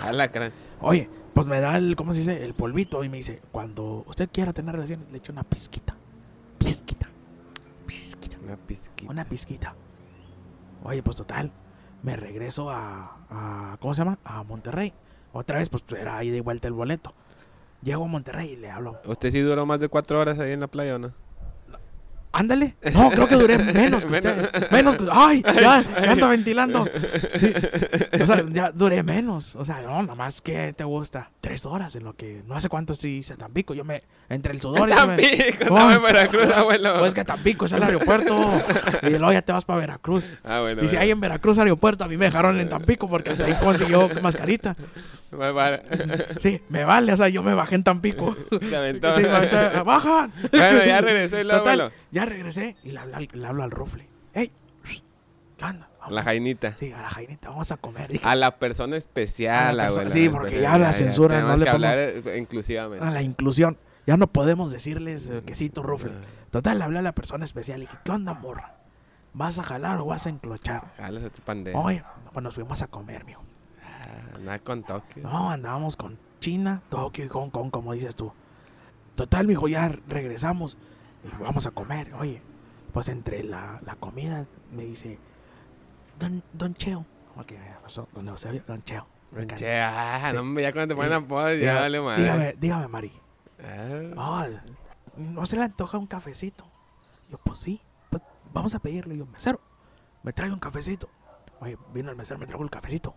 Alacrán. Oye, pues me da el, ¿cómo se dice? El polvito y me dice, cuando usted quiera tener relaciones, le echo una pizquita. Pizquita. Pizquita. Una pizquita. Una pizquita. Oye, pues total, me regreso a, a- ¿cómo se llama? A Monterrey. Otra vez, pues era ahí de vuelta el boleto. Llego a Monterrey y le hablo. ¿Usted sí duró más de cuatro horas ahí en la playa o no? Ándale. No, creo que duré menos que Menos. usted. Menos que. ¡Ay! Ya, ya anda ventilando. Sí. O sea, ya duré menos. O sea, no, nomás que te gusta. Tres horas en lo que. No sé cuánto sí hice a Tampico. Yo me. Entre el sudor y. se me- Tampico, Oh, estaba en Veracruz, abuelo. Pues que Tampico es el aeropuerto. Y luego ya te vas para Veracruz. Ah, bueno. Dice, bueno. ahí en Veracruz aeropuerto, a mí me dejaron en Tampico porque hasta ahí consiguió mascarita. em-". Vale, vale. Sí, me vale, o sea, yo me bajé en Tampico. Te aventó. Sí, me aventé, ¡Bajan! Bueno, ya regresó y luego, Total, abuelo. ya regresé y le, habla- le hablo al rufle. ¡Ey! ¿Qué onda? Vamos, La jainita. Sí, a la jainita, vamos a comer. Dije, A la persona A especial, la perso- abuelo. sí, porque ya la censura no tenemos le Ah. que hablar eh, inclusivamente. a la inclusión. Ya no podemos decirles eh, que sí, tu rufle. Ah. Total, le hablé a la persona especial y dije, ¿qué onda, morra? ¿Vas a jalar o vas a enclochar? Jalas a tu pandero. Oye, pues nos fuimos a comer, mío. Nada con toque. No, andábamos con China, Tokio y Hong Kong, como dices tú. Total, mijo, ya regresamos y vamos a comer. Oye, pues entre la, la comida me dice, Don, don Cheo. Ok, ya pasó, don Eusebio, Don Cheo. Me encanta. Che, ah, Sí. no, hombre, ya cuando te ponen Diga- apodo, ya Dígame- vale madre. Dígame, dígame, Mari. "Oh, Ah, ¿No se le antoja un cafecito? Yo, pues sí, pues vamos a pedirle. Yo, mesero, me trae un cafecito. Oye, vino el mesero, me trajo el cafecito.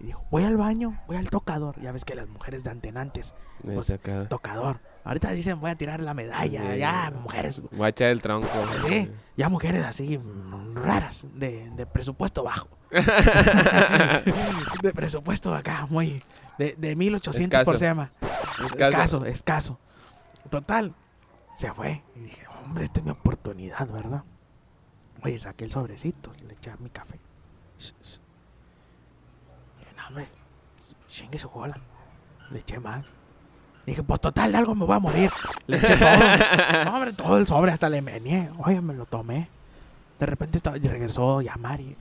Y dijo, voy al baño, voy al tocador. Ya ves que las mujeres de antenantes, me pues, toca. tocador. Ahorita dicen, voy a tirar la medalla. Sí. Ya, mujeres, Voy a echar el tronco. sí, ya mujeres así mm, raras, de, de presupuesto bajo. de presupuesto acá, muy, de, de 1800 por Escaso. semana. Escaso. Escaso, escaso. Total, se fue. Y dije, hombre, esta es mi oportunidad, ¿verdad? Oye, saqué el sobrecito, le eché mi café. Sh- sh. Dije, no, hombre, chingue su cola. Le eché más. Dije, pues total, de algo me voy a morir. Le eché todo. no, hombre, todo el sobre, hasta le meneé. Oye, me lo tomé. De repente estaba, y regresó ya Mari.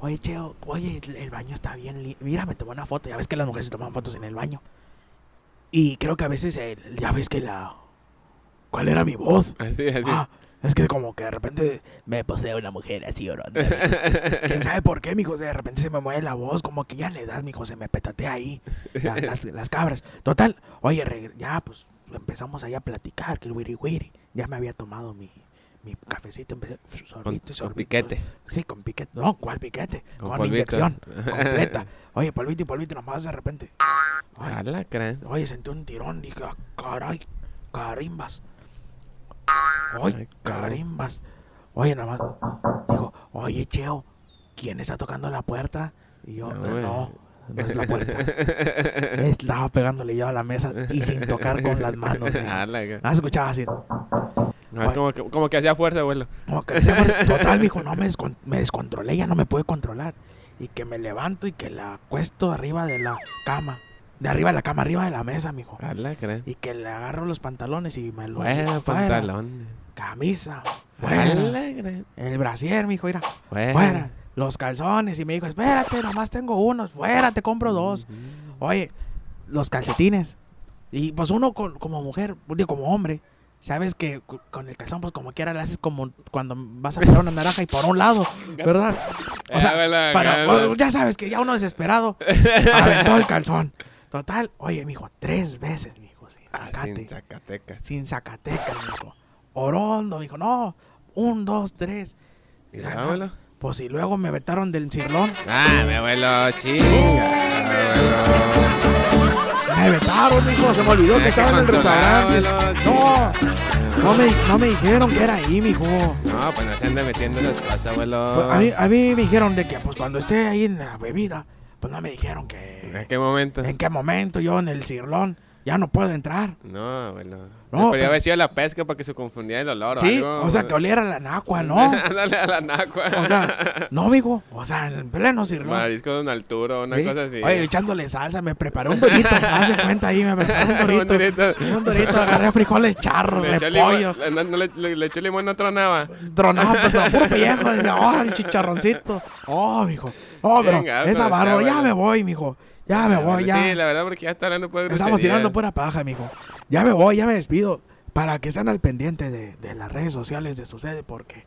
Oye, Cheo, oye, el- el baño está bien. li- Mira, me tomó una foto. Ya ves que las mujeres se toman fotos en el baño. Y creo que a veces, eh, ya ves que la... ¿Cuál era mi voz? Así, así. Ah, es que como que de repente me posee una mujer así llorando. ¿Quién sabe por qué, mijo? De repente se me mueve la voz, como que ya le edad, mijo, se me petatea ahí la- las, las cabras. Total, oye, reg- ya pues empezamos ahí a platicar, que el wiri wiri. Ya me había tomado mi, mi cafecito, empecé Con, sorbito y con sorbito. piquete. Sí, con piquete. No, ¿cuál piquete? Con Con, polvito. inyección completa. Oye, polvito y polvito, nomás de repente. Ay, Ala, crán. Oye, sentí un tirón, dije, "Ah, caray, carimbas. Oye, Ay, caray. carimbas. Oye, nada más. Dijo, oye, Cheo, ¿quién está tocando la puerta? Y yo, No, "Eh, güey". no, no es la puerta. Estaba pegándole yo a la mesa y sin tocar con las manos. mijo. Ala, crán. Ah, se escuchaba así. No, es como, que- como que hacía fuerza, abuelo. Como que se fue- total, dijo, no, me, descon- me descontrolé, ya no me pude controlar. Y que me levanto y que la acuesto arriba de la cama. De arriba de la cama, arriba de la mesa, mijo. Ala, crán. Y que le agarro los pantalones y me los Fuera, pantalón. Camisa, fuera. Ala, crán. El brasier, mijo, mira. Fuera. Fuera. Los calzones. Y me dijo, espérate, nomás tengo unos. Fuera, te compro Mm. dos. Oye, los calcetines. Y pues uno con- como mujer, digo, como hombre, sabes que cu- con el calzón, pues como quiera, le haces como cuando vas a pegar una naranja y por un lado, ¿verdad? O sea, Eh, abuela, para- abuela. o- ya sabes que ya uno desesperado aventó el calzón. Total, oye, mijo, tres veces, mijo, sin Ah, sacate sin Zacatecas. sin Zacatecas, dijo. Orondo, dijo, no, un, dos, tres. Y dámelo. Pues y luego me vetaron del cirlón, Ah, mi abuelo, Uh. chinga. me vetaron, dijo, se me olvidó que Tienes que estaba en el controlar, restaurante. abuelo, No, no me, no me dijeron que era ahí, mijo. No, pues no se anda metiendo esas cosas, abuelo. Pues, a, mí, a mí me dijeron de que, pues cuando esté ahí en la bebida, pues no me dijeron ¿En que qué momento? en qué momento yo en el cirlón ya no puedo entrar. No, abuelo. No, No, pero pero- ya había sido la pesca para que se confundiera el olor sí, o algo. o sea, que abuelo. oliera la nacua, ¿no? Ándale a la nacua. O sea, no, mijo, o sea, en pleno cirlón. Marisco de un alturo, una Sí. cosa así. Oye, echándole salsa, me preparé un dorito. Hace cuenta ahí, me preparé un Un dorito. dorito. un dorito, agarré frijoles charros, le de echó pollo. limón, le, no, no le, le- le echó limón, no tronaba. Tronaba, pues, a puro pellejo. Dice, oh, el chicharroncito. Oh, mijo. Oh, pero Venga, esa pero barba, está ya me bueno. voy, mijo. Ya me voy, ya. Sí, la verdad, porque ya está hablando pues Estamos tirando pura paja, mijo. Ya me voy, ya me despido. Para que estén al pendiente de, de las redes sociales de Sucede, porque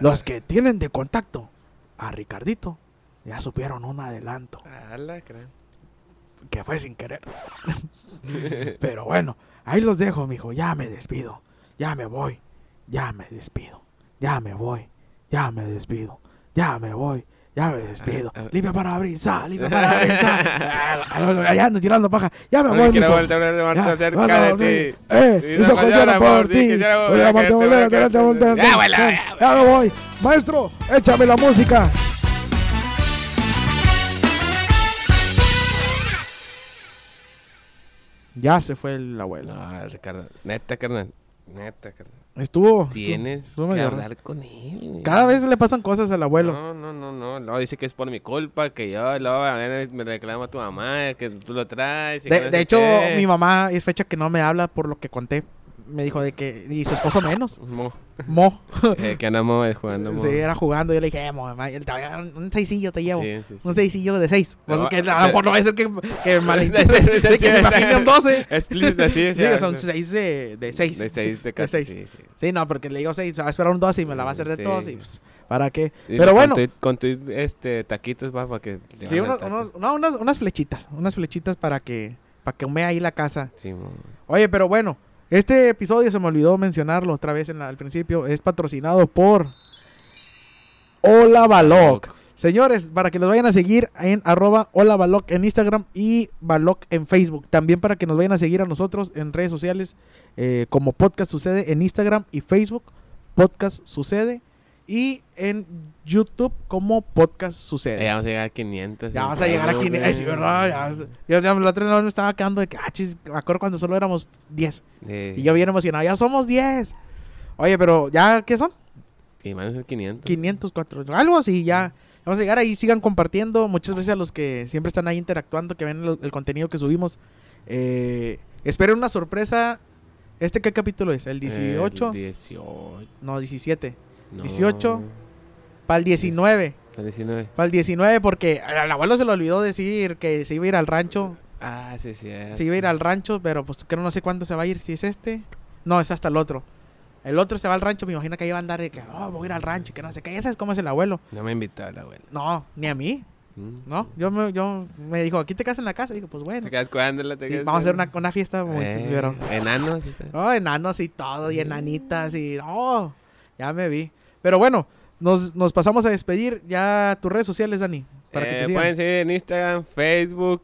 los que tienen de contacto a Ricardito ya supieron un adelanto. Ala, crán. que fue sin querer. Pero bueno, ahí los dejo, mijo. Ya me despido. Ya me voy. ya me despido, ya me voy, ya me despido, ya me voy, ya me despido. a ver. Limpia para brisa, limpia para Ah, brisa. Allá ando tirando paja, ya me voy. quiero mijo. volver a Ya, levantarte van a cerca de dormir. ti. Eh, Y hizo no collera mañana por por ti, ti. quisiera Voy a volver a volver, volver, verte, volver, volver, volver, ya, volver. abuela, Eh, Ya me voy. Maestro, échame la música. Ya se fue el abuelo. No, Ricardo. Neta, carnal. Neta, carnal. Estuvo. Pues Tienes estuvo que medio hablar con él. Cada vez le pasan cosas al abuelo. No, no, no, no. Luego dice que es por mi culpa, que yo, luego a ver, me reclama tu mamá, que tú lo traes. y que De, no de sé hecho, qué. mi mamá es fecha que no me habla por lo que conté. Me dijo de que. Y su esposo menos. Mo. Mo. Eh, que andamos eh, jugando. mo. Sí, era jugando. Yo le dije, eh, mo, mamá, te voy a dar un seisillo te llevo. Sí, sí, sí. Un seisillo de seis. Pues No, eh, que a lo mejor no va a ser que, que, mal- de Sí, que se sí, imagine un 12. Explícita, sí, sí. Sí, o sea, un sí. 6 de 6. De De 6. seis, de casi, seis. sí, sí. Sí, no, porque le digo 6. Va a esperar un 12 y me la va a hacer de Sí. todos. Y pues, ¿para qué? Y Pero con bueno. tu- con tus este, taquitos, va, para que... te Sí, hagan unos- tacos. unos- no, unas, unas flechitas. Unas flechitas para que. Para que humee ahí la casa. Sí, mo. Oye, pero bueno, este episodio se me olvidó mencionarlo otra vez en la- al principio. Es patrocinado por Hola Baloc. Señores, para que los vayan a seguir en arroba hola Baloc en Instagram y Baloc en Facebook. También para que nos vayan a seguir a nosotros en redes sociales eh, como Podcast Sucede en Instagram y Facebook, Podcast Sucede. Y en YouTube como Podcast Sucede. Eh, vamos a llegar a 500. Ya en vas a llegar Facebook, aquí. güey. Eh, sí, ¿verdad? Ya- yo ya la otra vez me estaba quedando de que, ah, chis, me acuerdo cuando solo éramos 10. Eh, Y yo bien emocionado, ya somos 10. Oye, pero ¿ya qué son? Y van a ser 500. 504, algo así, ya. Vamos a llegar ahí, sigan compartiendo. Muchas gracias a los que siempre están ahí interactuando, que ven lo- el contenido que subimos. Eh, esperen una sorpresa. ¿Este qué capítulo es? ¿El 18? El 18. no, 17. No. 18. Para el 19. El 19. Para el 19, porque al abuelo se le olvidó decir que se iba a ir al rancho. Ah, sí, sí. Se iba a ir al rancho, pero pues que no sé cuándo se va a ir. Si es este, no, es hasta el otro. El otro se va al rancho, me imagino que ahí va a andar de que, oh, voy a ir al rancho, y que no sé qué. Ese es como es el abuelo. No me invitó la abuela. No, ni a mí, Mm. ¿no? Yo me, yo me dijo, aquí te quedas en la casa. Y digo, pues bueno, Te quedas cuidándola, te sí, quedas vamos a hacer una, cuidándola. una fiesta. Muy, Eh, pero- Enanos. no, enanos y todo, y enanitas, y oh, ya me vi. Pero bueno, nos, nos pasamos a despedir ya tus redes sociales, Dani. Para que Eh, te sigan. pueden seguir en Instagram, Facebook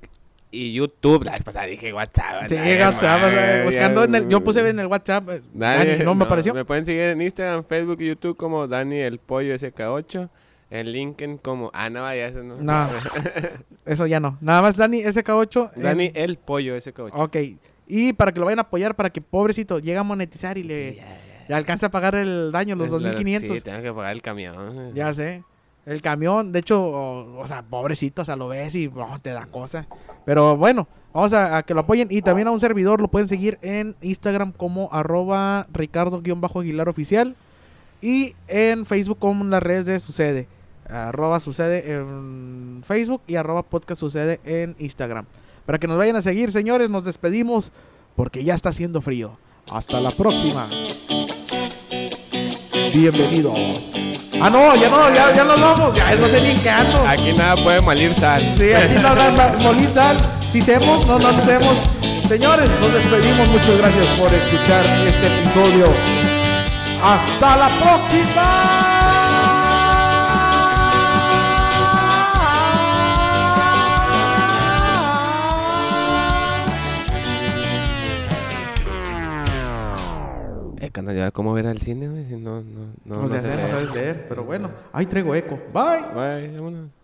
y YouTube. La vez pasada dije WhatsApp. Sí, la llega WhatsApp, madre, eh, ya- buscando en el- yo puse en el WhatsApp, eh, Nadie- Dani, no me apareció. Me pueden seguir en Instagram, Facebook y YouTube como Dani el Pollo SK8. En LinkedIn como... Ah, no, ya eso no. No. Eso ya no. Nada más Dani SK8. eh, Dani el Pollo SK8. ok. Y para que lo vayan a apoyar, para que pobrecito llegue a monetizar y le, le alcance a pagar el daño, los Es la- 2500. Sí, tengo que pagar el camión. Ya sé. El camión, de hecho, o, o sea, pobrecito, o sea, lo ves y oh, te da cosa. Pero bueno, vamos a, a que lo apoyen. Y también a un servidor lo pueden seguir en Instagram como arroba ricardo-aguilar oficial. Y en Facebook como en las redes de Sucede. Arroba Sucede en Facebook y arroba podcast Sucede en Instagram. Para que nos vayan a seguir, señores, nos despedimos porque ya está haciendo frío. Hasta la próxima. Bienvenidos. Ah, no, ya no, ya, ya nos vamos. Ya no sé ni en qué ando. Aquí nada puede malir sal. Sí, aquí no hablan ma- molitan. Si hacemos, no, no lo hacemos. Señores, nos despedimos. Muchas gracias por escuchar este episodio. Hasta la próxima. Eh, cuando yo cómo ver al cine, güey, si no, no, no. Pues no ya se sé, no ve. sabes leer, pero bueno. Ahí traigo eco. Bye. Bye, vámonos.